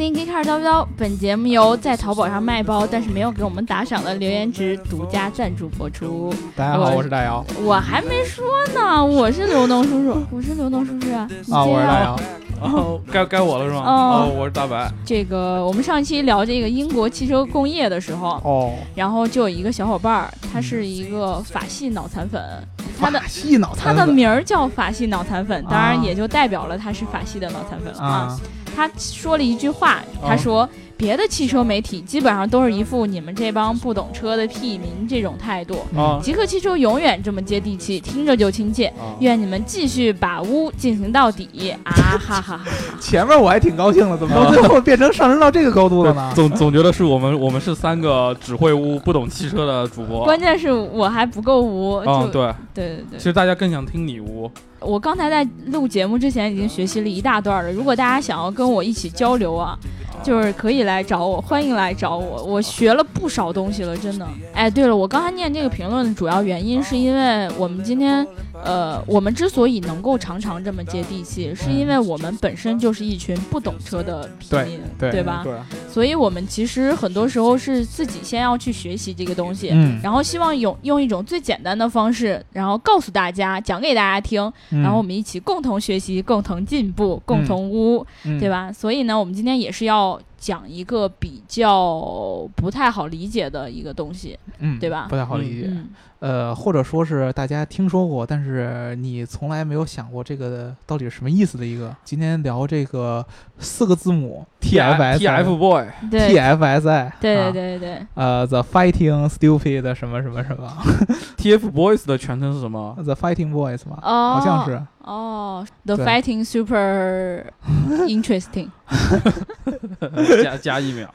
听 K 卡叨叨，本节目由在淘宝上卖包但是没有给我们打赏的留言值独家赞助播出。大家好，我我是大姚我还没说呢，我是刘东叔叔， 我是刘东叔叔啊。你啊，这我样是大姚。哦，该该我了是吗？哦哦，我是大白。这个我们上期聊这个英国汽车工业的时候，哦，然后就有一个小伙伴儿，他是一个法系脑残粉，他的嗯法系脑他残的粉名儿叫法系脑残粉，当然啊也就代表了他是法系的脑残粉了啊。啊，他说了一句话，啊他说、别的汽车媒体基本上都是一副你们这帮不懂车的屁民这种态度。嗯哦啊极客汽车永远这么接地气，听着就亲切。啊愿你们继续把污进行到底啊！哈哈哈哈！前面我还挺高兴的，怎么到最后变成上升到这个高度了呢？总总觉得是我们，我们是三个只会污不懂汽车的主播。关键是我还不够污，就、嗯，对，对对对其。实大家更想听你污。我刚才在录节目之前已经学习了一大段了。如果大家想要跟我一起交流啊，就是可以来找我，欢迎来找我。我学了不少东西了，真的。哎，对了，我刚才念这个评论的主要原因是因为我们今天，呃，我们之所以能够常常这么接地气，是因为我们本身就是一群不懂车的平民，对吧？对，所以我们其实很多时候是自己先要去学习这个东西。嗯，然后希望用用一种最简单的方式，然后告诉大家，讲给大家听，嗯然后我们一起共同学习、共同进步、共同污，们对？吧？所以呢，我们今天也是要讲一个比较不太好理解的一个东西，嗯，对吧不太好理解。 嗯，呃，或者说是大家听说过，但是你从来没有想过这个到底是什么意思的一个。今天聊这个四个字母 T F TFSI。 Boy，对，对 TFSI，对对啊，对对，呃，The Fighting Stupid 什么什么什么 t F Boys 的全称是 什么？ ，The Fighting Boys 嘛，哦，啊好像是，哦，The 对 fighting super interesting，加加一秒。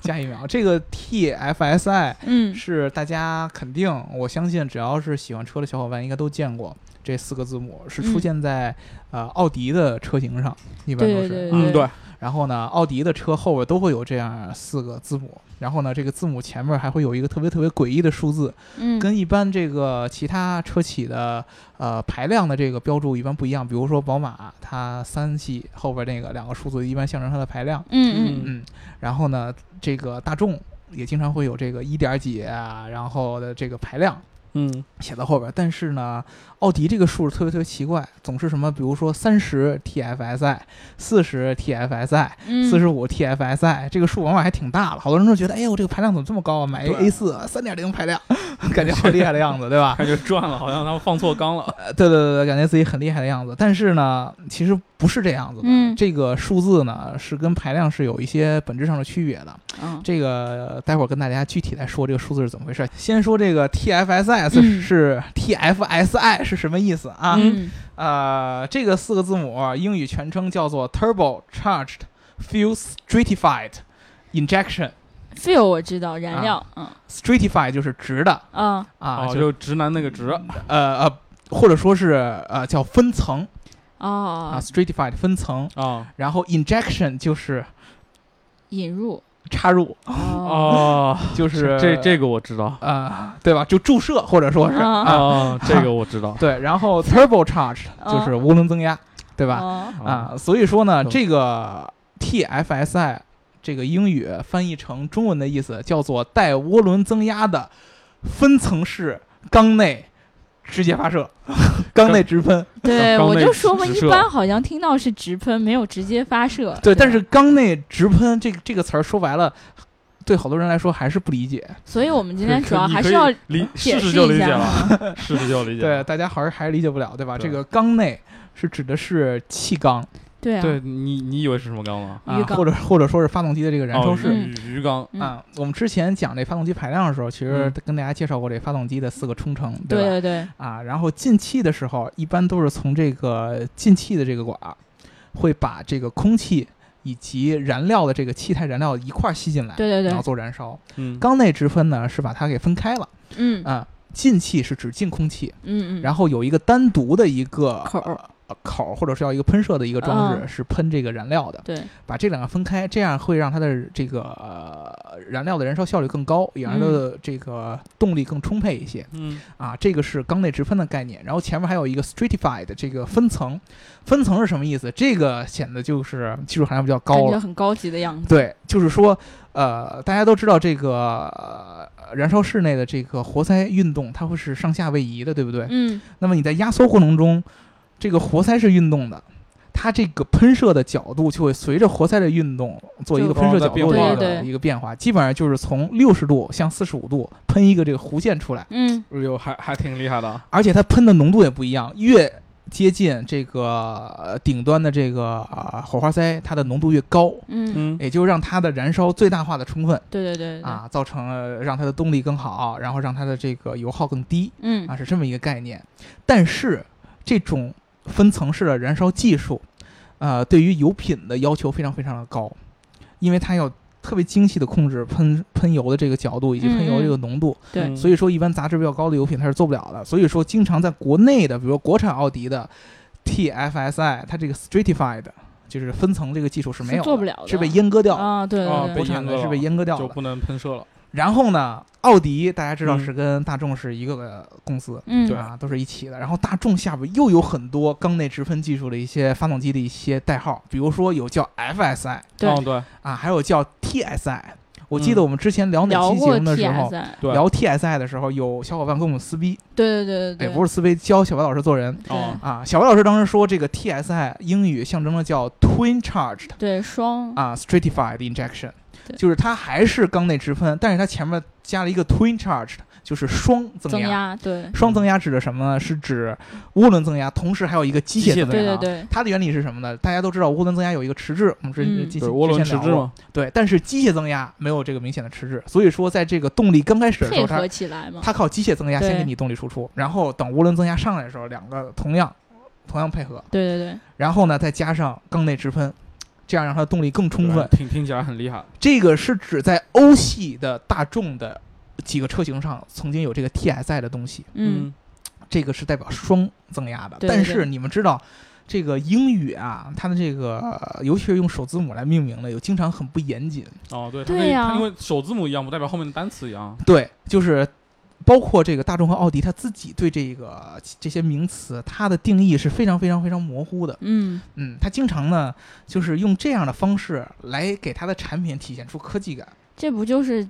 加一秒。这个 TFSI 嗯是大家肯定，我相信只要是喜欢车的小伙伴应该都见过这四个字母，是出嗯现在、呃奥迪的车型上，一般对对都 对是。嗯，对，然后呢，奥迪的车后边都会有这样四个字母，然后呢，这个字母前面还会有一个特别特别诡异的数字，嗯，跟一般这个其他车企的呃排量的这个标注一般不一样。比如说宝马，它三系后边那个两个数字一般象征它的排量。嗯嗯嗯嗯，然后呢，这个大众也经常会有这个一点儿几啊，然后的这个排量嗯，写到后边儿。但是呢，奥迪这个数特别特别奇怪，总是什么，比如说三十 TFSI、四十 TFSI、嗯，四十五 TFSI，这个数往往还挺大了。好多人都觉得，哎呦，这个排量怎么这么高啊？买一个对 A 四三点零排量， 感觉好厉害的样子，对吧？感觉赚了，好像他们放错缸了。呃对对对对，感觉自己很厉害的样子。但是呢，其实不是这样子的。嗯这个数字呢，是跟排量是有一些本质上的区别的。嗯，这个呃待会儿跟大家具体来说这个数字是怎么回事。先说这个 TFSI 嗯是是 TFSI 是什么意思啊？嗯呃，这个四个字母英语全称叫做 Turbo Charged Fuel Stratified Injection。 ，feel 我知道，燃料，嗯啊 Stratified 就是直的啊，啊，哦，就就嗯直男那个直。呃呃，或者说是呃叫分层啊哦， ，Stratified 分层。啊然后 Injection 就是引入，插入，哦，哦，就是这这个我知道。呃，对吧？就注射或者说是啊啊，哦，这个我知 道。 对，然后 turbocharge 就是涡轮增压，对吧？吧？哦啊，所以说呢，懂这个 TFSI 这个英语翻译成中文的意思叫做带涡轮增压的分层式缸内直接发射， 缸内直喷。对，缸我内就说嘛，直一射般好像听到是直喷，没有直接发射。对，但是缸内直喷这个这个词儿说白了，对好多人来说还是不理解。所以我们今天可主要你还可是以要理解试试释就一理解下啊了， 试试就理解。对，，大家还是还是理解不了，对吧？对这个缸内是指的是气缸对啊，对你你以为是什么缸吗？啊鱼，缸或者或者说是发动机的这个燃哦烧鱼室。鱼鱼缸。嗯啊，我们之前讲这发动机排量的时候，其实嗯跟大家介绍过这发动机的四个冲程，对吧？对对，啊，然后进气的时候，一般都是从这个进气的这个管儿，会把这个空气以及燃料的这个气态燃料一块儿吸进来，对对对然后做燃烧。嗯，缸内直喷呢，是把它给分开了嗯嗯啊。进气是指进空气，嗯，然后有一个单独的一个口儿呃口儿或者是要一个喷射的一个装置，嗯是喷这个燃料的。对，把这两个分开，这样会让它的这个、呃、燃料的燃烧效率更高，也让它嗯的这个动力更充沛一些嗯啊。这个是缸内直喷的概念。然后前面还有一个 stratified 这个分层，分层是什么意思？这个显得就是技术含量比较感高觉了。很高级的样子。对，就是说，呃，大家都知道这个、呃、燃烧室内的这个活塞运动，它会是上下位移的，对不对？嗯，那么你在压缩过程中，这个活塞是运动的，它这个喷射的角度就会随着活塞的运动做一个就喷射角度的对一对个一个变化，基本上就是从六十度向四十五度喷一个这个弧线出来，嗯，哎呦，还还挺厉害的啊，而且它喷的浓度也不一样，越接近这个呃顶端的这个啊火花塞，它的浓度越高。嗯，嗯，也就让它的燃烧最大化的充分对对对对，啊，造成了让它的动力更好，然后让它的这个油耗更低。嗯啊，是这么一个概念。但是这种分层式的燃烧技术，呃，对于油品的要求非常非常的高，因为它要特别精细的控制喷喷油的这个角度以及喷油这个浓度，对嗯所以说一般杂质比较高的油品它是做不了的。所以说，经常在国内的，比如说国产奥迪的 TFSI，它这个 stratified 就是分层这个技术是没有做不了的是被阉割掉的。啊，对啊对被国对，产阉割的了是被阉割掉就的。不能喷射了。然后呢，奥迪大家知道嗯是跟大众是一个公司，嗯，对啊，都是一起的。然后大众下边又有很多缸内直喷技术的一些发动机的一些代号，比如说有叫 FSI 对嗯对啊，还有叫 TSI。我记得我们之前聊哪嗯聊期节过目的时候， TSI，对聊 TSI 的时候，有小伙伴跟我们撕逼，对对对哎，对对，不是撕逼，教小白老师做人对哦啊。小白老师当时说，这个 TSI 英语象征了叫 Twin Charged 对双，啊 Stratified Injection，对就是它还是缸内直喷，但是它前面加了一个 Twin Charged，就是双增压，对双增压指的什么呢？是指涡轮增压，同时还有一个啊机械增压。对对对。对，它的原理是什么呢？大家都知道涡轮增压有一个迟滞，我们之嗯之对前涡轮之迟前滞聊过嘛，对，但是机械增压没有这个明显的迟滞，所以说在这个动力刚开始的时配候，它合起来嘛，它靠机械增压对先给你动力输出，然后等涡轮增压上来的时候，两个同样同样配合，对对对，然后呢再加上缸内直喷，这样让它的动力更充分。听听起来很厉害。这个是指在欧系的大众的几个车型上曾经有这个 TSI 的东西。嗯，这个是代表双增压的。对对对但是你们知道，这个英语啊，它的这个、呃尤其是用首字母来命名的，有经常很不严谨。哦，对，对它跟呀它因为首字母一样，不代表后面的单词一样。对，就是包括这个大众和奥迪，它自己对这个这些名词它的定义是非常非常非常模糊的。嗯，嗯，它经常呢就是用这样的方式来给它的产品体现出科技感。这不就是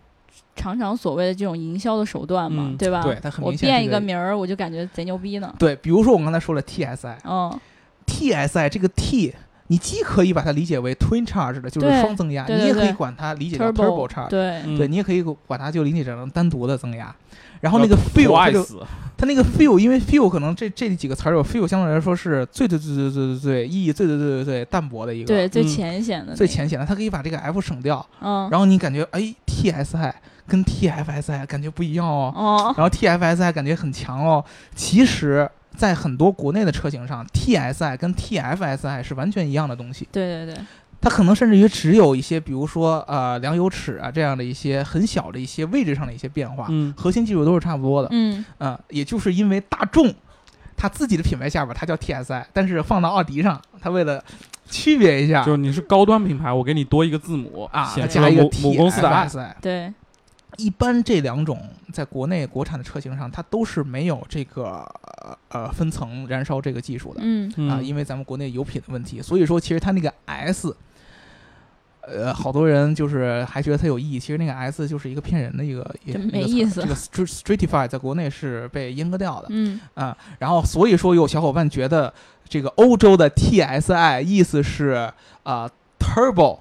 常常所谓的这种营销的手段嘛，嗯对吧？对它很我明显是变一个个名儿，我就感觉贼牛逼呢。对，比如说我刚才说了 TSI，嗯， TSI 这个 T，你既可以把它理解为 twin charge 的，就是对双增压，对你也对可以对管它理解叫 turbo turbo charge，对，嗯对，你也可以管它就理解成单独的增压。然后那个不 fuel，它爱就啊死，它那个 fuel，因为 fuel 可能这这几个词儿有 fuel 相对来说是最最最最最最最意义最最最最最淡薄的一个，对，最嗯浅显的那个，最浅显的，它可以把这个 f 省掉，嗯，然后你感觉哎 TSI 跟 TFSI 感觉不一样哦，哦，然后 TFSI 感觉很强哦，其实。在很多国内的车型上，TSI 跟 TFSI 是完全一样的东西，对对对，它可能甚至于只有一些，比如说呃量油尺啊这样的一些很小的一些位置上的一些变化，嗯，核心技术都是差不多的。嗯，嗯，也就是因为大众它自己的品牌下边它叫 TSI，但是放到奥迪上，它为了区别一下就是你是高端品牌，我给你多一个字母啊，它显示加一个哎母母公司的啊爱。 TSI。对，一般这两种在国内国产的车型上，它都是没有这个呃呃分层燃烧这个技术的。嗯，啊，嗯，因为咱们国内油品的问题，所以说其实它那个 S，呃，好多人就是还觉得它有意义，其实那个 S 就是一个骗人的一个，也真一个没词儿意思这个 str- stratify 在国内是被阉割掉的，嗯，啊、然后所以说有小伙伴觉得这个欧洲的 TSI 意思是啊、turbo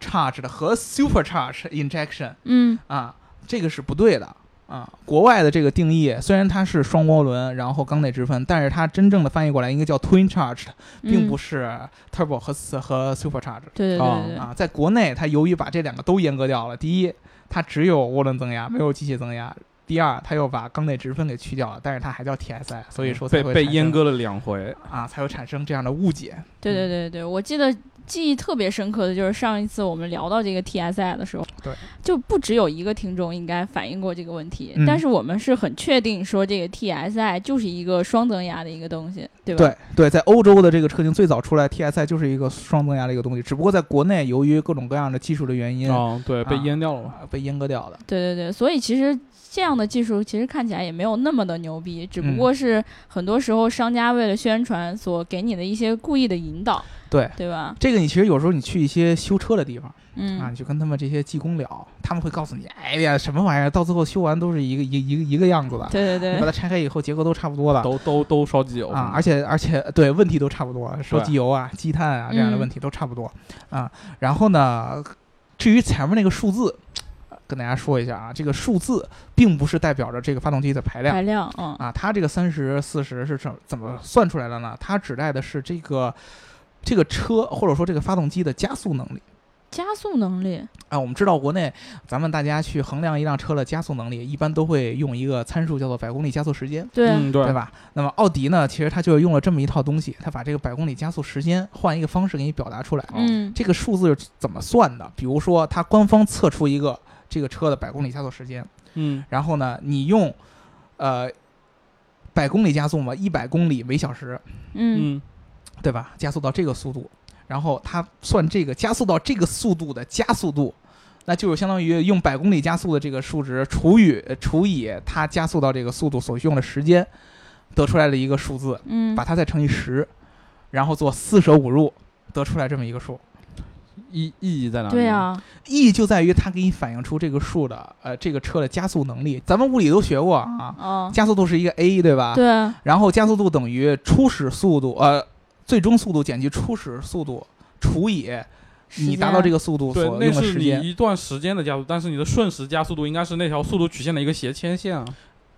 charged 和 supercharged injection 嗯，啊，这个是不对的啊。国外的这个定义虽然它是双涡轮，然后缸内直喷，但是它真正的翻译过来应该叫 twin charged，并嗯不是 turbo 和 s- 和 supercharged 对对啊对对啊。在国内，它由于把这两个都阉割掉了，第一，它只有涡轮增压，没有机械增压。第二，他又把冈内直分给去掉了，但是它还叫 TSI，所以说才嗯被会被产阉生割了两回，啊，才会产生这样的误解。对对对对，我记得记忆特别深刻的就是上一次我们聊到这个 TSI 的时候，对，就不只有一个听众应该反映过这个问题，嗯但是我们是很确定说这个 TSI 就是一个双增压的一个东西，对吧？对对，在欧洲的这个车型最早出来，TSI 就是一个双增压的一个东西，只不过在国内由于各种各样的技术的原因，哦，对，被啊阉掉了嘛。啊被阉割掉的。对对对，所以其实这样的技术其实看起来也没有那么的牛逼，只不过是很多时候商家为了宣传所给你的一些故意的引导，对对吧？这个你其实有时候你去一些修车的地方嗯，啊，你去跟他们这些技工聊，他们会告诉你，哎呀，什么玩意儿，到最后修完都是一个一个一个一个样子的，对对你对把它拆开以后结构都差不多了。都都都烧机油啊，而且而且对问题都差不多，烧对机油啊、积碳啊这样的嗯问题都差不多、啊。然后呢，至于前面那个数字，跟大家说一下啊，这个数字并不是代表着这个发动机的排量排量，嗯啊，它这个三十四十是怎怎么算出来的呢？它指代的是这个这个车或者说这个发动机的加速能力。加速能力，啊，我们知道国内咱们大家去衡量一辆车的加速能力，一般都会用一个参数叫做百公里加速时间。对，嗯，对对吧？那么奥迪呢，其实它就用了这么一套东西，它把这个百公里加速时间换一个方式给你表达出来。嗯这个数字是怎么算的？比如说，它官方测出一个这个车的百公里加速时间，嗯，然后呢，你用呃百公里加速嘛，一百公里每小时，嗯嗯，对吧？加速到这个速度，然后它算这个加速到这个速度的加速度。那就是相当于用百公里加速的这个数值除以除以它加速到这个速度所用的时间，得出来的一个数字。嗯把它再乘以十，然后做四舍五入，得出来这么一个数。意意义在哪里？对啊，意义就在于它给你反映出这个数的呃这个车的加速能力。咱们物理都学过啊，哦，加速度是一个 a 对吧？对，然后加速度等于初始速度呃最终速度减去初始速度除以你达到这个，个速度所对，用那的是时你间，一段时间的加速，但是你的瞬时加速度应该是那条速度曲线的一个斜切线啊。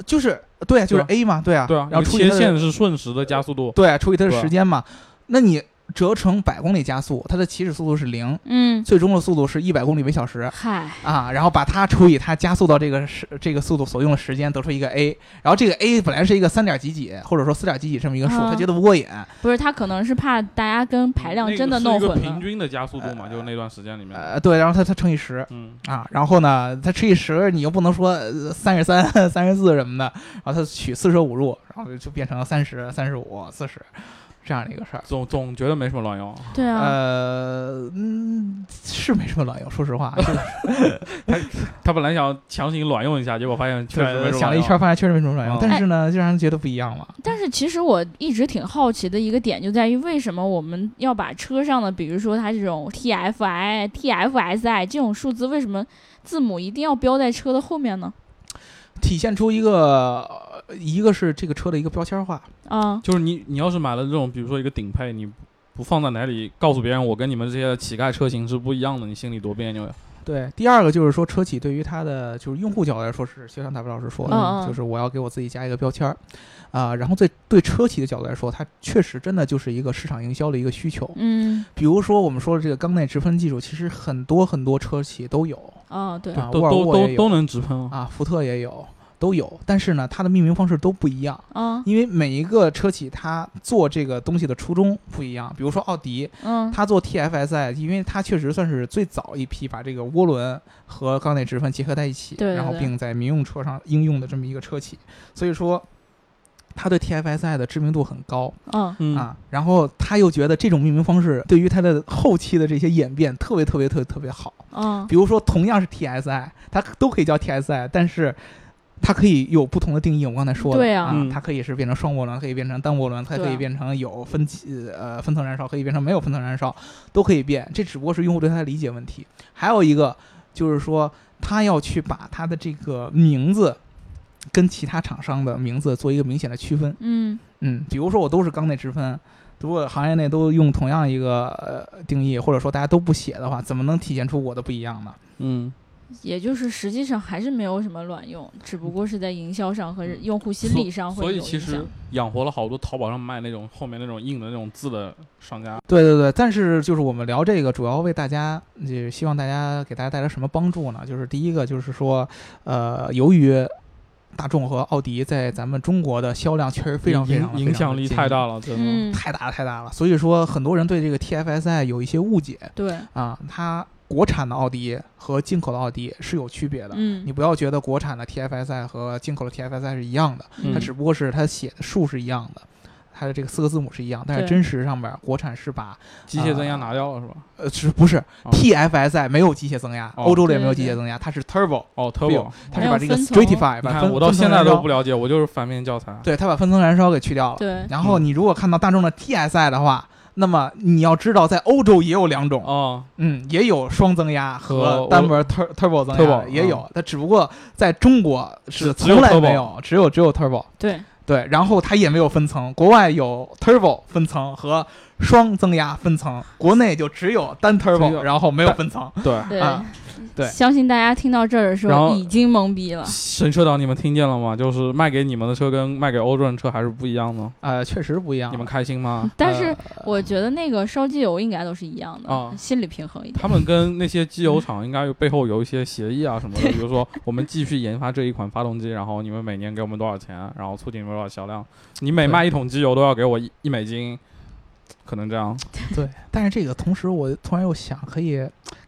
就是对啊，就是对 a 嘛，对啊，对啊，然后一个除以切它的线是瞬时的加速度。对啊除以它的对啊时间嘛，那你折成百公里加速，它的起始速度是零，嗯，最终的速度是一百公里每小时。嗨，啊，然后把它除以它加速到这个时这个速度所用的时间，得出一个 a，然后这个 a 本来是一个三点几几或者说四点几几这么一个数，啊他觉得不过瘾，不是他可能是怕大家跟排量那个真的是弄一个混平了，均的加速度嘛，就是那段时间里面。呃，对，然后他他乘以十嗯，啊，然后呢，他乘以十，你又不能说三十三、三十四什么的，然后他取四舍五入，然后就变成了三十三十五、四十这样的一个事儿。总总觉得没什么卵用，对啊，呃，嗯，是没什么卵用，说实话， 就是他本来想强行卵用一下，结果发现确实没什么卵用。想了一圈，发现确实没什么卵用，嗯但是呢，就让人觉得不一样嘛。但是其实我一直挺好奇的一个点就在于，为什么我们要把车上的，比如说它这种 TFI、TFSI 这种数字，为什么字母一定要标在车的后面呢？体现出一个，呃一个是这个车的一个标签化，啊，就是你你要是买了这种，比如说一个顶配，你不放在哪里，告诉别人我跟你们这些乞丐车型是不一样的，你心里多别扭呀。对，第二个就是说，车企对于它的就是用户角度来说是，就像大白老师说的，嗯嗯就是我要给我自己加一个标签儿，啊、然后对对车企的角度来说，它确实真的就是一个市场营销的一个需求。嗯，比如说我们说的这个缸内直喷技术，其实很多很多车企都有哦，对，啊，都沃尔都沃也都都有能直喷啊！啊，福特也有，都有，但是呢，它的命名方式都不一样。啊，因为每一个车企它做这个东西的初衷不一样，比如说奥迪，嗯，它做 TFSI，因为它确实算是最早一批把这个涡轮和缸内直喷结合在一起，对对然后对并在民用车上应用的这么一个车企，所以说它对 TFSI 的知名度很高、嗯，嗯，啊。然后他又觉得这种命名方式对于它的后期的这些演变特别特别特别特别好，嗯，比如说同样是 TSI，它都可以叫 TSI，但是。它可以有不同的定义，我刚才说了，对啊啊，嗯它可以是变成双涡轮，可以变成单涡轮，它对啊可以变成有分歧呃分层燃烧，可以变成没有分层燃烧，都可以变。这只不过是用户对它的理解问题。还有一个就是说，他要去把它的这个名字跟其他厂商的名字做一个明显的区分。嗯，嗯，比如说我都是缸内直喷，如果行业内都用同样一个呃定义，或者说大家都不写的话，怎么能体现出我的不一样呢？嗯，也就是实际上还是没有什么卵用，只不过是在营销上和用户心理上嗯所会有以影其响。实养活了好多淘宝上卖那种后面那种印的那种字的商家。对对对，但是就是我们聊这个，主要为大家，就是希望大家给大家带来什么帮助呢？就是第一个就是说，呃，由于大众和奥迪在咱们中国的销量确实非常非常影影响力太大了，了，真的。嗯，太大了太大了。所以说，很多人对这个 TFSI 有一些误解对，啊，它国产的奥迪和进口的奥迪是有区别的。嗯你，不要觉得国产的 TFSI 和进口的 TFSI 是一样的，嗯它只不过是它写的数是一样的，它的这个四个字母是一样，但是对真实上面国产是把机械增压拿掉了是吧？呃是不是 TFSI 没有机械增压，哦欧洲的也没有对机对械增压，它是 Turbo，哦没，Turbo，有它还是有把这个分层 Stratify，你把看分我到分层现在燃烧都不了解，我就是反面教材。对，它把分层燃烧给去掉了。对，然后嗯你如果看到大众的 TSI 的话，那么你要知道，在欧洲也有两种，哦，嗯，也有双增压和和单门 tur- turbo 增压 turbo，嗯的，也有，它只不过在中国是只只有从来 turbo 没有，只有只有 turbo。对，对，然后它也没有分层，国外有 turbo 分层和双增压分层，国内就只有单只 turbo，有然后没有分层。对，对，啊对相信大家听到这儿的时然候后已经懵逼啊了。神车党，你们听见了吗？就是卖给你们的车跟卖给欧洲人车还是不一样的，呃，确实不一样。你们开心吗？但是呃我觉得那个烧机油应该都是一样的，啊心理平衡一点。他们跟那些机油厂应该背后有一些协议啊什么的，比如说我们继续研发这一款发动机，然后你们每年给我们多少钱，然后促进多少销量，你每对卖一桶机油都要给我一一美金，可能这样。对，但是这个同时，我突然又想，可以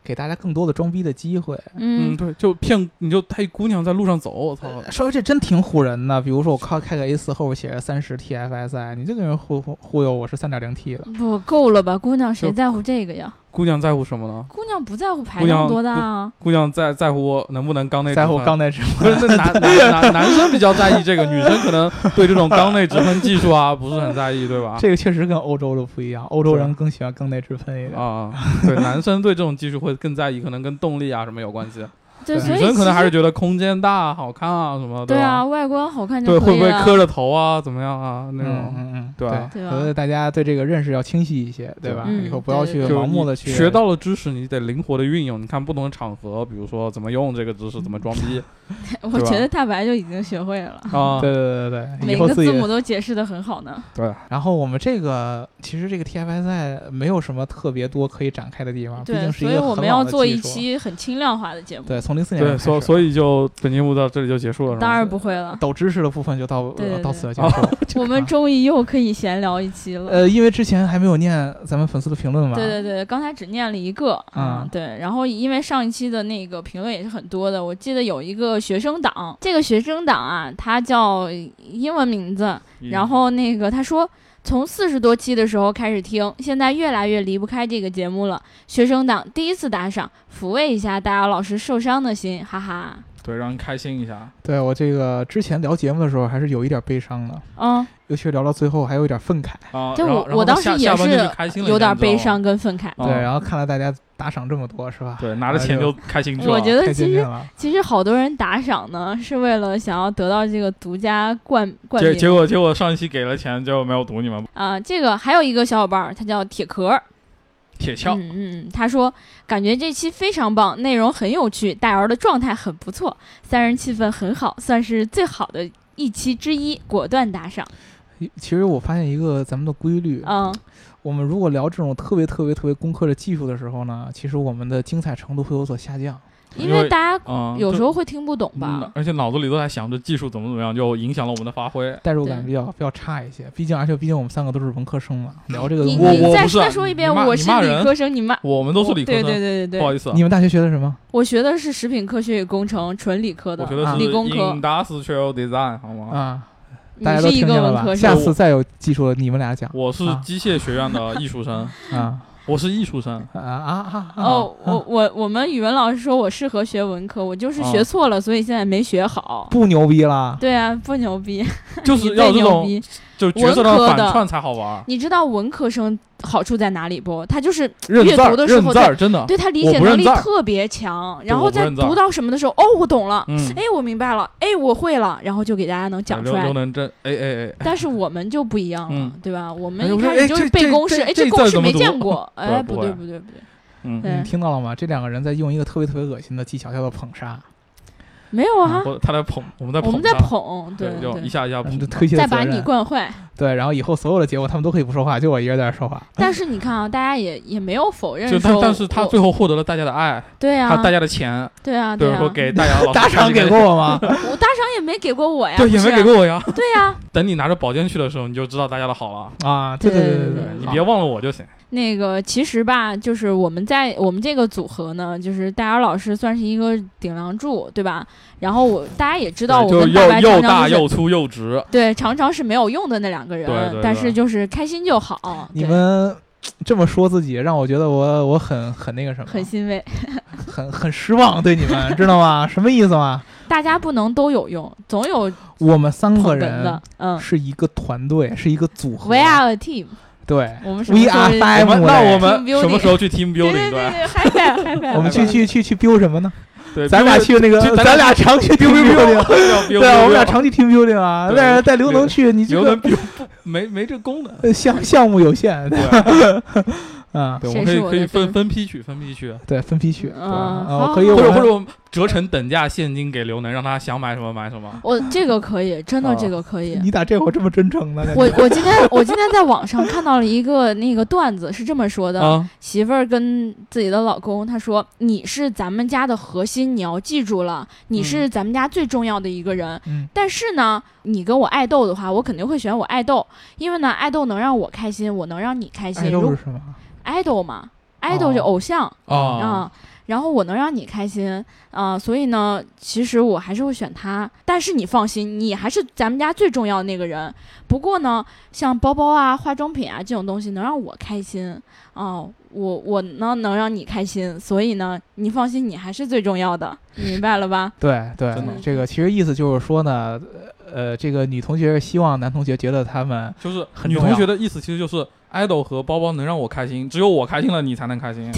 给大家更多的装逼的机会。嗯嗯，，对，就骗你就带姑娘在路上走，我操，稍微这真挺唬人的。比如说我开开个 A 四，后边写着三十 TFSI，你就给人忽忽忽悠我是三点零 T 的。不够了吧，姑娘，谁就在乎这个呀？姑娘在乎什么呢？姑娘不在乎排姑量娘多大啊，姑娘在在乎能不能缸内在直乎喷刚才直播，不是，那男男男男生比较在意这个，女生可能对这种缸内直喷技术啊不是很在意，对吧？这个确实跟欧洲的不一样，欧洲人更喜欢更内直喷一点。啊，对，男生对这种技术会更在意，可能跟动力啊什么有关系。对，所女以生可能其还是实觉得空间大、好看啊什么的。对啊，吧，外观好看就对，可会以不会了。磕着头啊？怎么样啊？那嗯种嗯嗯，对啊吧对吧所以大家对这个认识要清晰一些，对吧？嗯以后不要去对就盲是目你的去学。到了知识，你得灵活的运用。你看不同的场合，比如说怎么用这个知识，怎么装 逼我对吧觉得大白就已经学会了，啊？对对对对，每以后个自己字。母都解释的很好呢。对，然后我们这个其实这个 TFSI 没有什么特别多可以展开的地啊方，毕对，竟是所一个以我很们老要的做一技术。啊期很轻量化的节目。对，从零四年对，所所以就本节目到这里就结束了，是吗当然不会了，抖知识的部分就到呃对对到对此结哦 束。我们终于又可以闲聊一期了。啊呃，因为之前还没有念咱们粉丝的评论嘛，对对对，刚才只念了一个，嗯嗯，对。然后因为上一期的那个评论也是很多的，我记得有一个学生党，这个学生党啊，他叫英文名字，嗯然后那个他说。从四十多期的时候开始听，现在越来越离不开这个节目了。学生党第一次打赏，抚慰一下大姚老师受伤的心，哈哈。对，让人开心一下。对我这个之前聊节目的时候还是有一点悲伤的，嗯，尤其是聊到最后还有一点愤慨。啊，对哦然后我然后我当下时也下班就是开心了有点一下你知道悲吗伤跟愤慨。哦对，然后看到大家打赏这么多，是 吧？对，拿着钱就嗯开心去了。我觉得太其见实面了。其实好多人打赏呢，是为了想要得到这个独家冠冠结名。结果结果上一期给了钱，结果没有读你们啊、这个还有一个小伙伴儿，他叫铁壳儿，铁锹。嗯嗯，他说感觉这期非常棒，内容很有趣，大姚的状态很不错，三人气氛很好，算是最好的一期之一，果断打赏。其实我发现一个咱们的规律，嗯，我们如果聊这种特别特别特别攻克的技术的时候呢，其实我们的精彩程度会有所下降。因因为为大家嗯，有就时候会听不懂嗯吧，，而且脑子里都在想着技术怎么怎么样，就影响了我们的发挥。代入感对比较比较差一些，毕竟而且毕竟我们三个都是文科生嘛，聊这个东你西。嗯我你我再不是再说一遍，你骂我你是骂理人科生，你骂我们都是理哦科对生，对对对不好对，意思啊，你们大学学的什么？我学的是食品科学与工程，纯理科我的觉得是啊理工科， industrial design 好吗？啊，你大家都是一听个见了文科吧？生下。次再有技术的，你们俩讲我是机械学院的艺术生，啊。我是艺术 生。啊啊啊！哦，啊我我我们语文老师说我适合学文科，我就是学哦错了，所以现在没学好。不牛逼啦！对啊，不牛逼， 就你是最要有这牛种逼。就是角色文科反的串才好玩，你知道文科生好处在哪里不？他就是认阅字儿读的时认候字在，儿真的。对他理啊我解不认能力字儿特别强，然我后不在认字读儿到什么的时候，哦，我懂了，嗯，哎，我明白了，哎，我会了，然后就给大家能讲出刘刘来。能真，哎哎哎，但是我们就不一样了嗯，对吧？我哎们一我说开始哎就是这背这公式，这哎，这字公儿式怎么没读 见过，哎，不不会对不对不对，嗯，你对，听到了吗？这两个人在用一个特别特别恶心的技巧，叫做捧杀，没有啊，我他在捧，我们在我嗯捧们他，在捧，对对，就一对，下一下我捧嗯们就。推卸再责把你任。惯坏，对，然后以后所有的节目他们都可以不说话，就我一个人在这说话。 但是你看啊，大家也也没有否认就但说，但是他我最后获得了大家的爱，对啊还有，大家的钱，对啊，对，啊说，给大家 老师大赏给过，我 吗？我大赏也没给过我呀，对，不也是没给，过我呀。对啊呀、等你拿着宝剑去的时候，你就知道大家的好了。啊，对对对对对你别忘了我就行。那个其实吧，就是我们在我们这个组合呢，就是戴尔老师算是一个顶梁柱，对吧？然后我大家也知道，我就跟大又白又常大常就是又粗又直，对常常是没有用的那两个人，对对对但是就是开心就好。你对们这么说自己，让我觉得我我很很那个什么，很欣慰，很很失望，对你们知道吗？什么意思吗？大家不能都有用，总有我们三捧个哏人的，嗯。是一个团队，是一个组合 We。are a team，对我们什么，We 时候 are 是 five 我嘞。们哎那我 Team 们 building 什么时候去 team 对对 building？对对，happy happy，我们去去去去 biu 什么呢？对，咱俩 building- 去那个去，咱咱俩俩常去 biu 对 biu biu。 building- 对啊，我们俩 building- 常去 team building 啊，对带带刘能去，你这有点个比不没没这功 能。呃项项目有限，对对，啊，对我谁们可是以我可以的分分分批取，分批取，对分批取，对吧嗯啊，好我可以或我者或们者我们折成等价现金给刘能，让他想买什么买什么。我这个可以，真的啊这个可以。你咋这会儿这么真诚呢？感觉我我今天我今天在网上看到了一个那个段子，是这么说的：啊，媳妇儿跟自己的老公，她说：“你是咱们家的核心，你要记住了，你是咱们家最重要的一个人。嗯但是呢，你跟我爱豆的话，我肯定会选我爱豆，因为呢，爱豆能让我开心，我能让你开心。爱如豆果是什么？爱豆嘛，爱豆就哦偶像，哦啊，然后我能让你开心啊、所以呢，其实我还是会选他。但是你放心，你还是咱们家最重要的那个人。不过呢，像包包啊、化妆品啊这种东西能让我开心啊、我我呢能让你开心，所以呢，你放心，你还是最重要的，明白了吧？对对真的，这个其实意思就是说呢，呃，这个女同学希望男同学觉得他们就是很女重同要学的意思，其实就是爱豆和包包能让我开心，只有我开心了，你才能开 心。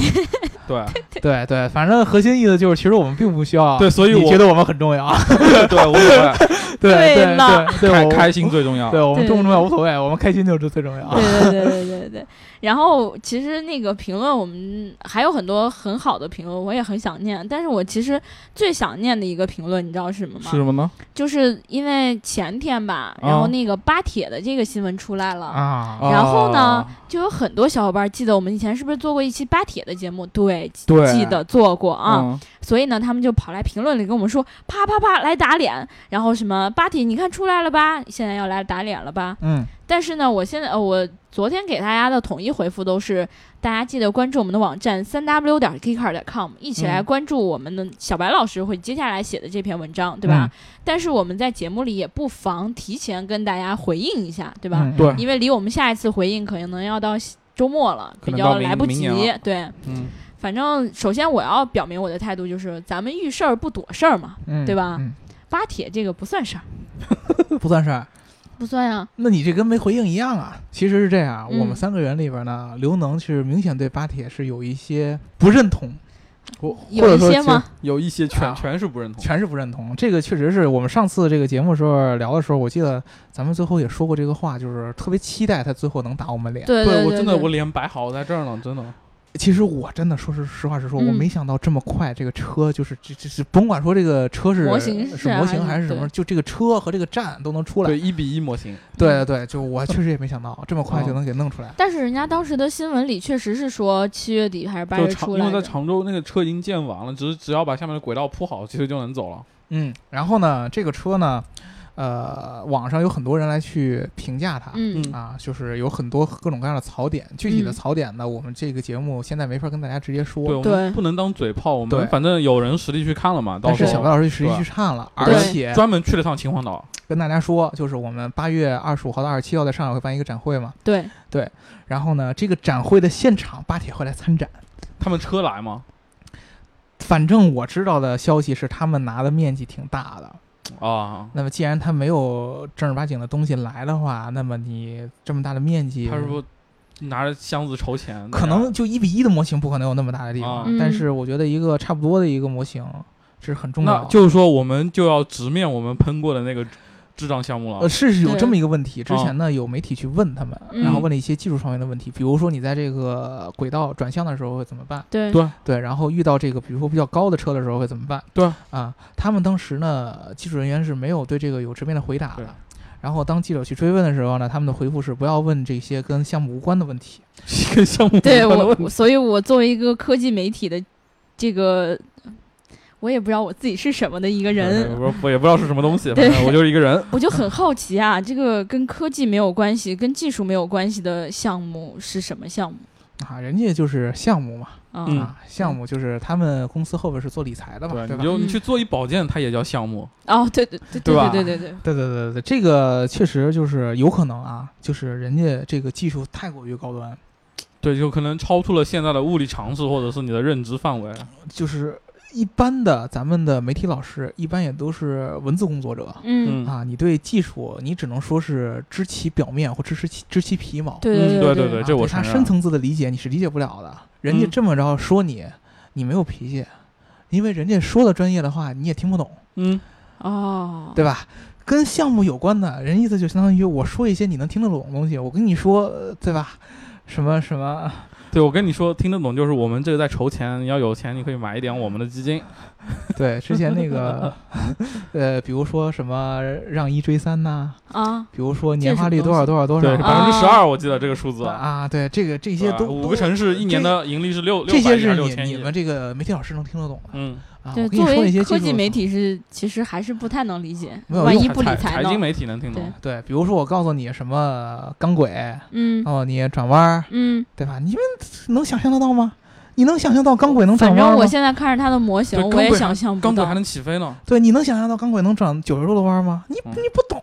对对对，反正核心意思就是，其实我们并不需要对所以你我觉得我们很重要， 对，无所谓，对对对了对对，开我开心最重要。对我们对重不重要无所谓，我们开心就是最重要。啊对对对对对 对。然后其实那个评论，我们还有很多很好的评论，我也很想念。但是我其实最想念的一个评论，你知道是什么吗？是什哦么呢？就是因为前天吧，然后那个巴铁的这个新闻出来了，啊，然后呢啊？就有很多小伙伴记得我们以前是不是做过一期巴铁的节目？对，对，记得做过啊。嗯，所以呢，他们就跑来评论里跟我们说，啪啪啪来打脸，然后什么巴铁你看出来了吧，现在要来打脸了吧？嗯，但是呢，我现在呃，我昨天给大家的统一回复都是，大家记得关注我们的网站三 w 点 geeker 点 com，一起来嗯关注我们的小白老师会接下来写的这篇文章，对嗯吧？但是我们在节目里也不妨提前跟大家回应一下，对吧？嗯对因为离我们下一次回应可能要到周末了，可比能较到明来不明及年了。对，嗯，反正首先我要表明我的态度就是，咱们遇事儿不躲事儿嘛，嗯对吧嗯巴铁这个不算事儿，不算事儿。不算啊呀、那你这跟没回应一样啊！其实是这样，嗯我们三个人里边呢，刘能是明显对巴铁是有一些不认同，或或有者一说些其吗？有一些全啊全是不认同。全是不认同。这个确实是我们上次这个节目时候聊的时候，我记得咱们最后也说过这个话，就是特别期待他最后能打我们脸。对对，我真的对我脸摆好在这儿呢，真的。其实我真的说是实话实说，嗯我没想到这么快，这个车就是这这这，甭管说这个车是模型是是啊模还型是还是什对么，就这个车和这个站都能出来。对，嗯一比一模型。嗯对对对，就我确实也没想到这么哦快就能给弄出来。但是人家当时的新闻里确实是说七月底还是八就月常初因来为在着。常州那个车已经建完了，只是只要把下面的轨道铺好，其实就能走了。嗯，然后呢，这个车呢，呃，网上有很多人来去评价它。嗯嗯啊，就是有很多各种各样的槽点，具体的嗯槽点呢，我们这个节目现在没法跟大家直接对，说。我对们不能当嘴炮，我对们反正有人实地去看了嘛，到但时是小白候老师实际去对看了，对而且专门去了趟秦皇岛。跟大家说，就是我们八月二十五号到二十七号在上海会办一个展会嘛，对，然后呢，这个展会的现场巴铁会来参展。他们车来吗？反正我知道的消息是，他们拿的面积挺大的。啊，那么，既然他没有正儿八经的东西来的话，那么你这么大的面哎积，他是不是拿着箱子筹钱？可能就一比一的模型不可能有那么大的地方，啊嗯但是我觉得一个差不多的一个模型，这是很重要那的。就是说，我们就要直面我们喷过的那个智障项目呃，了。是有对这么一个问题。之前呢，有媒体去问他们，嗯然后问了一些技术方面的问题，比如说你在这个轨道转向的时候会怎么办？对对对，然后遇到这个比如说比较高的车的时候会怎么办？对啊啊，他们当时呢，技术人员是没有对这个有直面的回答的。然后当记者去追问的时候呢，他们的回复是不要问这些跟项目无关的问题。一个项目对不 可能我，我所以我作为一个科技媒体的这个，我也不知道我自己是什么的一个人，我我也不知道是什么东西，对反正我就是一个人。我就很好奇啊，这个跟科技没有关系、跟技术没有关系的项目是什么项目啊，人家就是项目嘛，啊？嗯啊啊，项目就是他们公司后边是做理财的嘛，对你吧？就你嗯去做一保健，它也叫项目。哦，对对对对吧对对对对，对对对对对，这个确实就是有可能啊，就是人家这个技术太过于高端，对，就可能超出了现在的物理常识或者是你的认知范围。就是一般的咱们的媒体老师一般也都是文字工作者。嗯，嗯，啊，你对技术，你只能说是知其表面或知其知其皮毛，对嗯对对对对对啊这我对他承认深层次的理解你是理解不了的。人家嗯这么着说你，你没有脾气，因为人家说的专业的话你也听不懂，嗯，哦，对吧？跟项目有关的人意思就相当于我说一些你能听得懂的东西，我跟你说，呃对吧？ 什么什么，对，我跟你说，听得懂就是我们这个在筹钱，你要有钱，你可以买一点我们的基金。对，之前那个，呃，比如说什么让一追三呐、啊，比如说这年是化率什么多少多少多对，少是啊，吧百分之十二，我记得这个数字。啊，对，这个这一些都五都个城市一年的盈利是六这六百些亿还是六你千你亿们。这个媒体老师能听得懂的嗯，啊。对，我跟作你说那为些技科技术媒层体是其实还是不太能理解，没有万用一不理财财财呢经？媒体能听懂。对，比如说我告诉你什么钢轨，嗯哦，你转弯儿，嗯，对吧？你们能想象得到吗？你能想象到钢轨能转反弯正儿吗我？现在看着它的模型，对我也钢轨想象不钢轨还到。能起飞 呢，对，你能想象到钢轨能转九十度的弯儿吗？你嗯你不懂，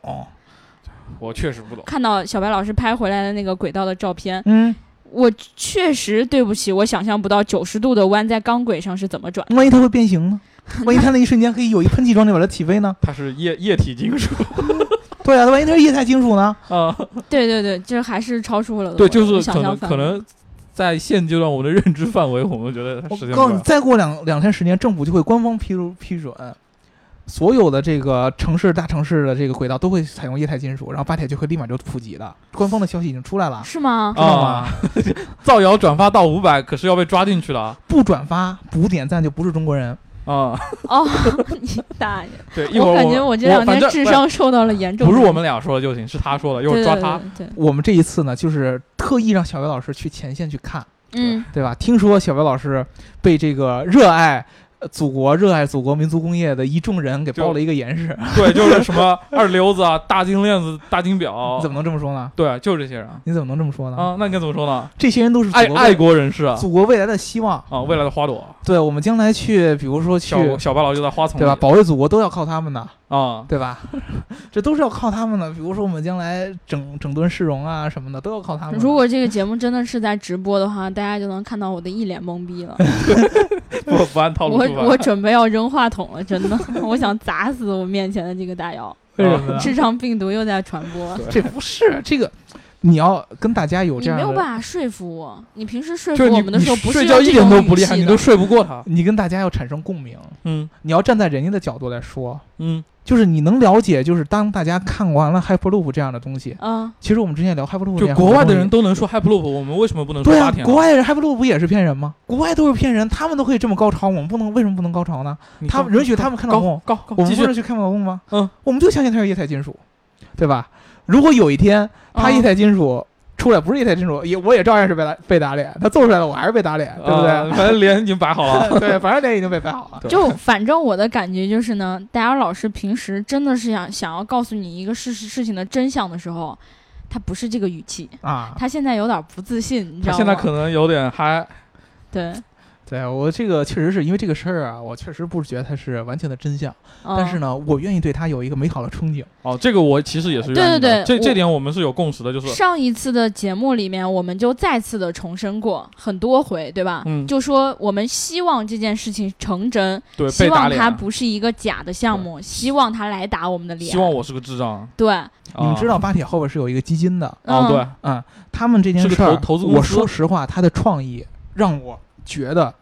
我确实不懂。看到小白老师拍回来的那个轨道的照片，嗯，我确实对不起，我想象不到九十度的弯在钢轨上是怎么转。万一它会变形呢？万一它那一瞬间可以有一喷气装置把它起飞呢？它是液液体金属对啊，万一它是液态金属呢？啊， 对对对，这还是超出了我对，就是想可象能范可围。能在现阶段我们的认知范围，我们觉得它我实现告不诉你，了。再过两两天时间，政府就会官方批入批准，所有的这个城市大城市的这个轨道都会采用液态金属，然后巴铁就会立马就普及的。官方的消息已经出来了， 是吗？知道哦吗？造谣转发到五百，可是要被抓进去了不转发不点赞就不是中国人。啊！哦， 你大爷！对， 一会儿感觉我这两反天正智商受到了严重。不是我们俩说的就行，是他说的，一会对儿对抓对他。对，对我们这一次呢，就是特意让小白老师去前线去看，嗯，对吧？听说小白老师被这个热爱。呃祖国热爱祖国民族工业的一众人给包了一个严实，对，就是什么二流子啊、大金链子、大金表你，怎么能这么说呢？对，就是这些人啊。你怎么能这么说呢？啊那你该怎么说呢？这些人都是祖爱国爱国人士啊，祖国未来的希望。啊，未来的花朵，对，我们将来去，比如说去，小小白老就在花丛里，对吧？保卫祖国都要靠他们的，啊，对 吧？这都是要靠他们的。比如说我们将来整整顿市容啊什么的，都要靠他们的。如果这个节目真的是在直播的话，大家就能看到我的一脸懵逼了。不不按套路我出我牌。准备要扔话筒了，真的， 我想砸死我面前的这个大姚。为什么呢？ 智障病毒又在传播，这不是这个，你要跟大家有你这样没的，有办法说服我。你平时说服就是我你们的时候，你不是睡用觉这一种点都语不厉害，气你的都睡不过他。你跟大家要产生共鸣，嗯你要站在人家的角度来说，嗯，就是你能了解，就是当大家看完了 Hyperloop 这样的东西， 嗯，其实我们之前聊 Hyperloop，这就样国外东的西人。都能说 Hyperloop，我们为什么不能说对八啊天，呢？国外人 Hyperloop 不也是骗人吗？国外都是骗人，他们都可以这么高潮，我们不能为什么不能高潮呢？你他高们允许他们看到高梦高高，我继们不续是去看不到梦吗？嗯，我们就相信它是液态金属，对吧？如果有一天它嗯液态金属出来不是液态金属，也我也照样是被打被打脸，它做出来了我还是被打脸，对不对？ 啊反正脸已经 摆好啊了。对，反正脸已经被摆好了。对就反正我的感觉就是呢，戴尔老师平时真的是想想要告诉你一个事事情的真相的时候，他不是这个语气，啊，他现在有点不自信，你知他道吗？现在可能有点嗨，对，对我这个确实是因为这个事儿啊，我确实不觉得它是完全的真相，嗯啊但是呢，我愿意对它有一个美好的憧憬。哦，这个我其实也是愿对意的对对这我这点我们是有共识的，就是上一次的节目里面，我们就再次的重申过很多回，对吧？嗯就说我们希望这件事情成真，对希被打望它脸，不是一个假的项目，希望它来打我们的脸。希望我是个智障。对，你们啊知道巴铁后边是有一个基金的，嗯哦，对，嗯，他们这件是个事儿，投投资公司我说实话，他的创意让我觉得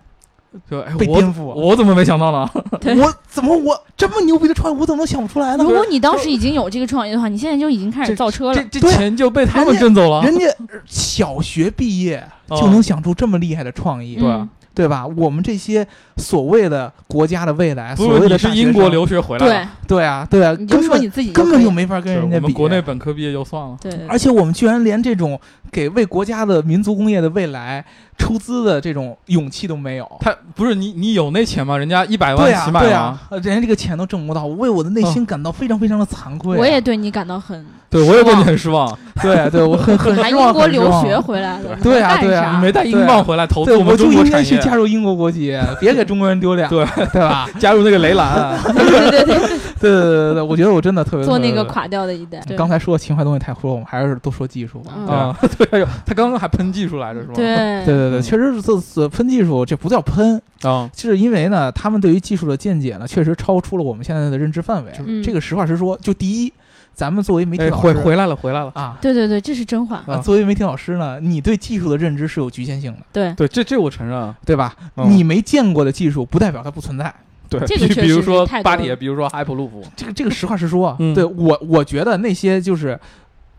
对，哎被我颠覆。我怎么没想到呢？对我怎么我这么牛逼的创意，我怎么能想不出来呢如？果你当时已经有这个创意的话，你现在就已经开始这造车了。这对这钱就被他人们家挣走了。啊人家小学毕业就能想出这么厉害的创意，对嗯啊对吧？我们这些所谓的国家的未来，不所是谓你的是大学英国生留学回来对的，，对啊，对啊，你就根说本你自己根可本以就没法跟是我人家们比。国内本科毕业就算了，对对而且我们居然连这种给为国家的民族工业的未来出资的这种勇气都没有。他不是你你有那钱吗？人家一百对万呀、起对买呀、吗？嗯呃人家这个钱都挣不到，我为我的内心感到非常非常的惭愧啊、我也对你感到很对我也对你很失望， 对啊对，我很很还失英望。国很失留望学回来的，对啊你对在啊干啥你没带英镑回来投资对，们就中应国该产去业，啊加入英国国籍，别给中国人丢 脸，对对吧？加入那个雷 兰，啊对对对，对对对对对，我觉得我真的特别做那个特别垮掉的一代，对刚才说的情怀东西太多，我们还是多说技术吧。嗯对吧啊， 对，哎呦，他刚刚还喷技术来着是吧？对对对对，嗯确实是这这喷技术，这不叫喷，啊，就是因为呢，他们对于技术的见解呢，确实超出了我们现在的认知范围。嗯这个实话实说，就第一，咱们作为媒体哎，老回师、回来了，回来了。啊。对对对，这是真话，啊，作为媒体老师呢，你对技术的认知是有局限性的，对，对，这这我承认啊。对吧？嗯你没见过的技术，不代表它不存在。对，这个比确比实如是说太多巴了铁，比如说埃普路虎，这个这个实话实说啊，嗯对我我觉得那些就是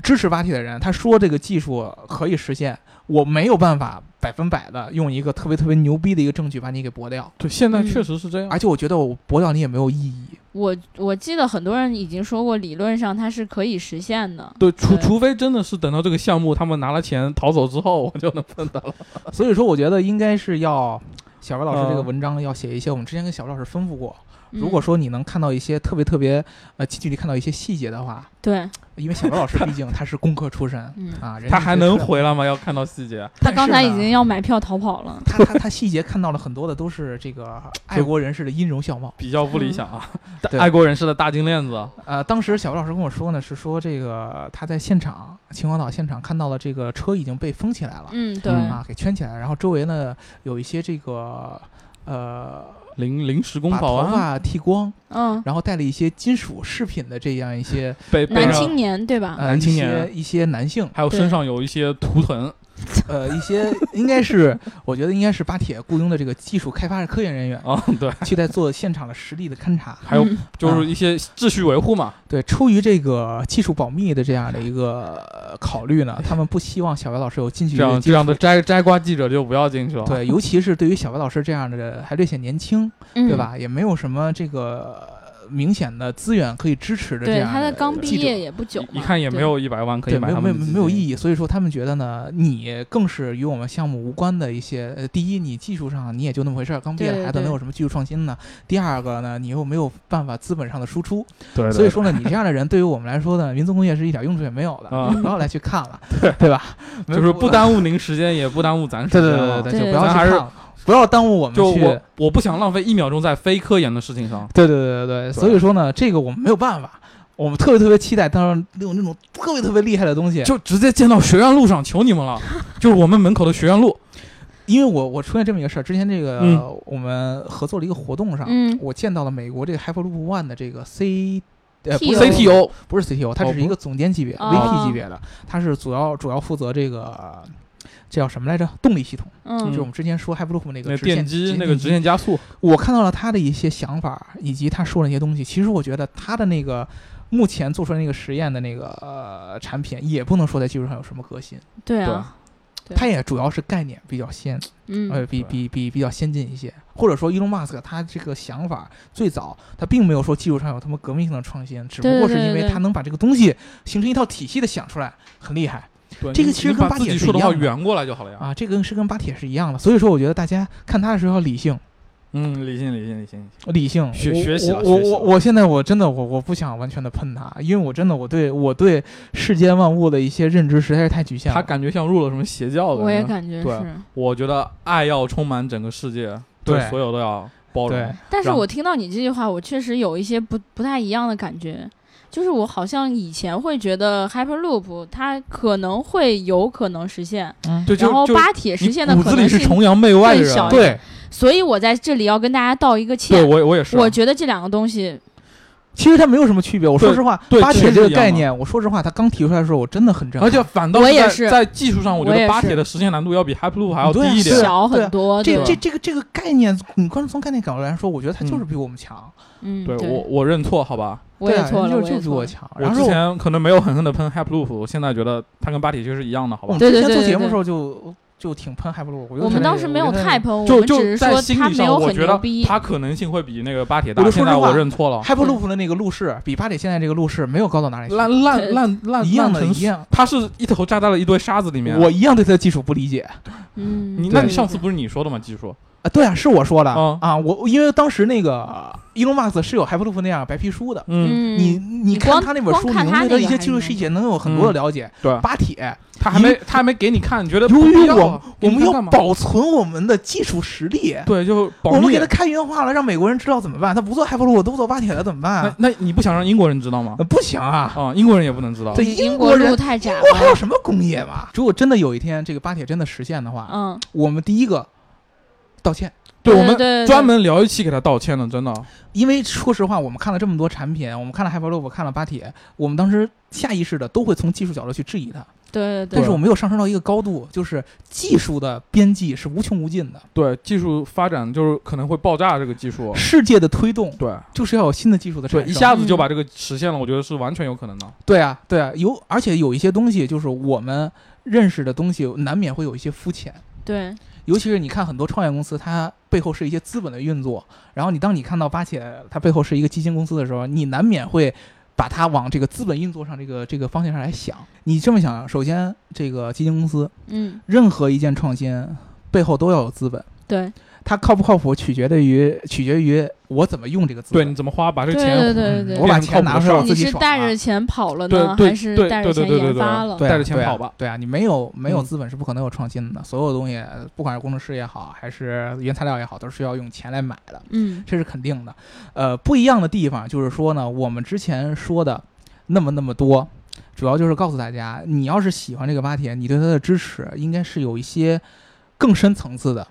支持巴铁的人，他说这个技术可以实现，我没有办法百分百的用一个特别特别牛逼的一个证据把你给驳掉，对，现在嗯确实是这样。而且我觉得我驳掉你也没有意义。我我记得很多人已经说过，理论上它是可以实现的，对，除对除非真的是等到这个项目他们拿了钱逃走之后，我就能碰到了。所以说，我觉得应该是要小白老师这个嗯文章要写一些，我们之前跟小白老师吩咐过，嗯如果说你能看到一些特别特别呃近距离看到一些细节的话，对，因为小白老师毕竟他是工科出身嗯，啊，人家他还是能是回来吗？要看到细节。他但刚是才呢已经要买票逃跑了，他他他细节看到了很多的都是这个爱国人士的阴柔相貌。比较不理想啊，对爱国人士的大金链子，呃，当时小白老师跟我说呢，是说这个他在现场秦皇岛现场看到了这个车已经被封起来了，嗯，对，嗯啊，给圈起来，然后周围呢有一些这个呃临临时工把保头安发剃光，嗯，然后带了一些金属饰品的这样一些被被男人青年对吧？呃男一青些年一些男性，还有对身上有一些图腾，呃一些应该是我觉得应该是巴铁雇佣的这个技术开发的科研人员啊， 对，去在做现场的实地的勘察。还有嗯就是一些秩序维护嘛，对，出于这个技术保密的这样的一个呃考虑呢，他们不希望小白老师有近距离这的样接这样触。的摘摘瓜记者就不要进去了。对，尤其是对于小白老师这样的还略显年轻，嗯对？吧？也没有什么这个呃明显的资源可以支持的这对，样的他在刚毕记者业也不久嘛，一，一看也没有一百万可以对，买没有他没有们的基金没有意义，所以说他们觉得呢，你更是与我们项目无关的一些。呃，第一，你技术上你也就那么回事儿，刚毕业对的对孩子能对有什么技术创新呢？第二个呢，你又没有办法资本上的输出，对，对所以说呢，你这样的人对于我们来说呢， 民族工业是一点用处也没有的，啊不要来去看 了，对吧？没对就是不耽误您时间，也不耽误咱时对间对了。对对，就对不要去咱还看是了，不要耽误我们就去。我我不想浪费一秒钟在非科研的事情上。对对对对对，所以说呢，这个我们没有办法，我们特别特别期待，当然用那种特别特别厉害的东西，就直接建到学院路上，求你们了！就是我们门口的学院路，因为我我出现这么一个事儿，之前这个、嗯我们合作了一个活动上，嗯我见到了美国这个 Hyperloop One 的这个 C。呃，不 TO 是 CTO 不是 CTO，它哦只是一个总监级别、哦 VP 级别的，它是主要主要负责这个这叫什么来着？动力系统，嗯就是我们之前说 Hyperloop 那个那直线电机那个电直线加速，我看到了他的一些想法，以及他说的一些东西。其实我觉得他的那个目前做出来那个实验的那个呃产品，也不能说在技术上有什么革新，对啊，对它也主要是概念比较先，呃，嗯，比对哎比比比较先进一些。或者说，Elon Musk 他这个想法最早他并没有说技术上有什么革命性的创新，只不过是因对对为对他能把这个东西形成一套体系的想出来，很厉害对这个你其实你跟把巴自铁己是说的一话样的圆过来就好了呀。啊。这个是跟巴铁是一样的，所以说我觉得大家看他的时候要理性。嗯，理性理性理性，理性学我学习了我学习我了我现在我真的我我不想完全的喷他，因为我真的我对我对世间万物的一些认知实在是太局限他了。感觉像入了什么邪教的。我也，感觉对啊是，我觉得爱要充满整个世界，对所有都要包对容。，但是让我听到你这句话，我确实有一些不不太一样的感觉，就是我好像以前会觉得 Hyperloop 它可能会有可能实现，嗯，对，就然后就巴铁实你现的骨可子里能是性，崇洋媚外的更小人。一点对，所以我在这里要跟大家道一个对歉。我我也是啊。我觉得这两个东西，其实它没有什么区别。我说对实话，对巴其铁实这个是一样概的念，我说实话，它刚提出来的时候，我真的很震撼。而且反倒我也在是在技术上，我觉我也得是巴铁的实现难度要比 Hyperloop 还要低对啊一对啊点。小对啊很多，这对这这个这个概念，你光从概念角度来说，我觉得它就是嗯比我们强。嗯，对我我认错，好吧。我对也啊错人了，就我就也比错我了，强。我然之后前可能没有狠狠的喷 Hyperloop，我现在觉得它跟巴铁其实是一样的，好我们？吧对之对前做对节目对的时候就就挺喷海弗路，我觉得我们他当时没有我觉得太喷，我就们只就是在说心他理没上，有我很觉牛得逼。他可能性会比那个巴铁大。我就现说在实话我认错了， Hyperloop 的那个路试比巴铁现在这个路试没有高到哪里去，烂烂烂烂一样烂的，成一样。他是一头扎在了一堆沙子里面。我一样对它的技术不理解嗯，你那对你上次不是你说的吗？技术啊，对啊，是我说的嗯啊，我因为当时那个 Elon Musk 是有 Hyperloop 那样白皮书的，嗯，嗯，你你看光他那本光书，你看能他对那它一个些还技术能细节能有很多的了解。嗯对巴铁他还没他还没给你看，你觉得由不于要我啊我给你们看要干嘛保存我们的技术实力，对，就保我们密给它。开源化了，让美国人知道怎么办？他不做 Hyperloop 都做巴铁了怎么办那啊？那你不想让英国人知 道吗？呃不行啊，啊，英国人也不能知道这。英英国人路太窄英国还有了。什么工业嘛？如果真的有一天这个巴铁真的实现的话，嗯，我们第一个道歉。对，对我们对对对专门聊一期给他道歉的，真的。因为说实话，我们看了这么多产品，我们看了 Hyperloop，看了巴铁，我们当时下意识的都会从技术角度去质疑它，对对但对是我没有上升到一个高度，就是技术的边际是无穷无尽的，对，技术发展就是可能会爆炸，这个技术。世界的推动对就是要有新的技术的产对，生。一下嗯子就把这个实现了，我觉得是完全有可能的。对啊，对啊，有而且有一些东西就是我们认识的东西，难免会有一些肤浅。对，尤其是你看很多创业公司，它背后是一些资本的运作，然后你当你看到巴铁它背后是一个基金公司的时候，你难免会把它往这个资本运作上这个这个方向上来想。你这么想，首先这个基金公司嗯任何一件创新背后都要有资本，对它靠不靠谱取决于取决于我怎么用这个资对，本。你怎么花，把这对个钱对对嗯对我对，把钱拿出来，我你自己是爽带啊着钱跑了呢，对对还是对带着对钱对对研对发了？对啊带着钱对啊跑吧对啊，你没有没有嗯资本是不可能有创新的。所有东西，不管是工程师也好，还是原材料也好，都是需要用钱来买的，嗯这是肯定的。呃，不一样的地方就是说呢，我们之前说的那么那么多，主要就是告诉大家，你要是喜欢这个巴铁，你对它的支持应该是有一些更深层次的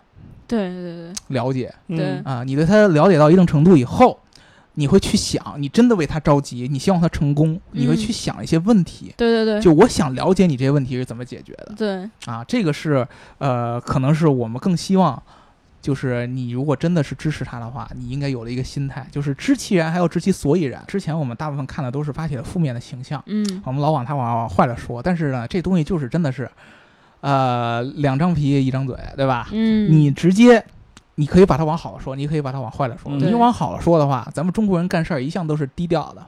对对对了解对啊、你对它了解到一定程度以后。你会去想，你真的为它着急，你希望它成功，你嗯会去想一些问题。对对对就我想了解你这些问题是怎么解决的。对啊，这个是呃，可能是我们更希望，就是你如果真的是支持他的话，你应该有了一个心态，就是知其然还要知其所以然。之前我们大部分看的都是巴铁的负面的形象，嗯我们老往他往往坏了说，但是呢，这东西就是真的是，呃，两张皮一张嘴，对吧？嗯，你直接。你可以把它往好了说，你可以把它往坏了说。嗯你对往好了说的话，咱们中国人干事儿一向都是低调的，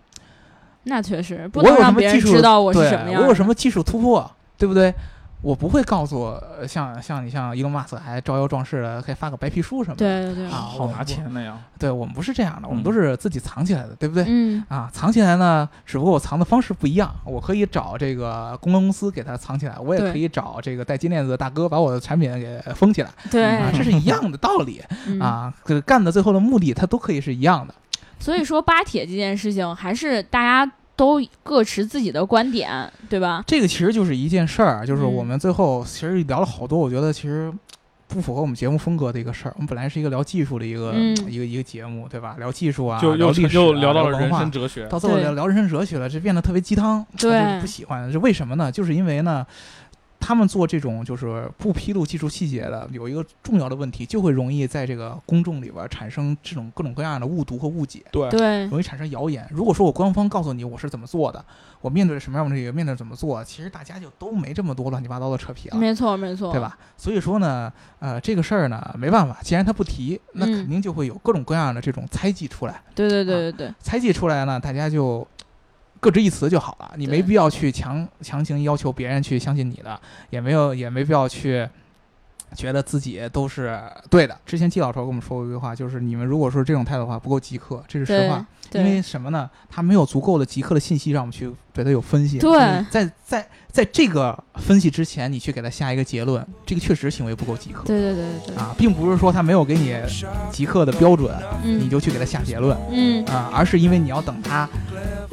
那确实不我有能什让么别技人术知道我是对，什么样。我有什？么技术突破，对不对？我不会告诉呃像像你像伊隆马斯克还招摇撞势的，可以发个白皮书什么的。对对对，啊，我好们拿不。钱的呀。对我们不是这样的，我们嗯都是自己藏起来的，对不对？嗯啊，藏起来呢，只不过我藏的方式不一样。我可以找这个公关公司给它藏起来，我也对可以找这个戴金链子的大哥把我的产品给封起来对啊，这是一样的道理嗯啊。可干的最后的目的，它都可以是一样的。所以说巴铁这件事情，还是大家都各持自己的观点，对吧？这个其实就是一件事儿，啊就是嗯我们最后其实聊了好多，我觉得其实不符合我们节目风格的一个事儿。我们本来是一个聊技术的一个、嗯一个一个节目，对吧？聊技术啊，就聊又历史、啊，又聊到了文人化生哲学。到最后对聊聊人生哲学了，这变得特别鸡汤，对我就是不喜欢。这为什么呢？就是因为呢，他们做这种就是不披露技术细节的，有一个重要的问题，就会容易在这个公众里边儿产生这种各种各样的误读和误解。对对容易产生谣言。如果说我官方告诉你我是怎么做的，我面对着什么样的这个面对着怎么做，其实大家就都没这么多乱七八糟的扯皮了，没错没错，对？吧？所以说呢，呃，这个事儿呢，没办法，既然他不提，那嗯肯定就会有各种各样的这种猜忌出来。对对啊对对对，猜忌出来呢，大家就各执一词就好了，你对没必要去强强行要求别人去相信你的，也没有也没必要去。觉得自己都是对的。之前季老头跟我们说过一句话，就是你们如果说这种态度的话，不够极客，这是实对话。因为对什么呢？他没有足够的极客的信息让我们去对他有分析。对在在在这个分析之前，你去给他下一个结论，这个确实行为不够极客对对对对，啊，并不是说他没有给你极客的标准，啊你嗯就去给他下结论嗯，啊，而是因为你要等他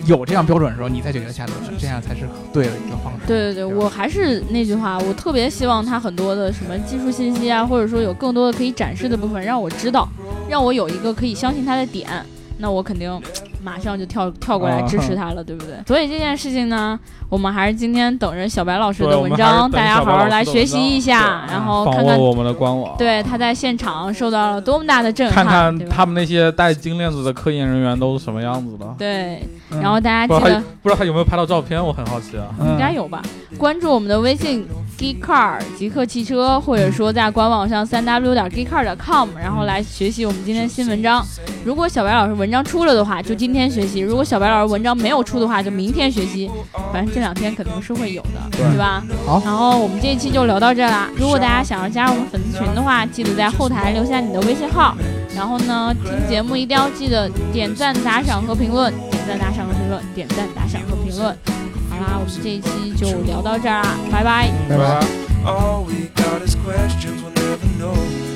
有这样标准的时候，你再去给他下结论，这样才是对的一个方式。对对对，吧我还是那句话，我特别希望他很多的什么技术信息啊，或者说有更多的可以展示的部分，让我知道，让我有一个可以相信他的点，那我肯定马上就跳跳过来啊支持他了，对不对？所以这件事情呢，我们还是今天等着小白老师对的我文们还是章，等大家小白好好老来师的学文习章一下，对然后访看问看我们的官网，对，他在现场受到了多么大的震撼，看看对吧他们那些戴金链子的科研人员都是什么样子的。对，嗯然后大家不知记道得他不知道他有没有拍到照片，我很好奇啊。应该有吧？关注我们的微信 Geek Car 极客汽车，或者说在官网上三 w 点 geek car 点 com，然后来学习我们今天新文章。如果小白老师文章出了的话，就今天学习；如果小白老师文章没有出的话，就明天学习。反正这两天肯定是会有的，对对吧？好然后我们这一期就聊到这啦。如果大家想要加入我们粉丝群的话，记得在后台留下你的微信号。然后呢，听节目一定要记得点赞、打赏和评论，点赞、打赏和评论，点赞、打赏和评论。好啦，我们这一期就聊到这儿啦，拜拜。拜拜。 All we got is questions we'll never know.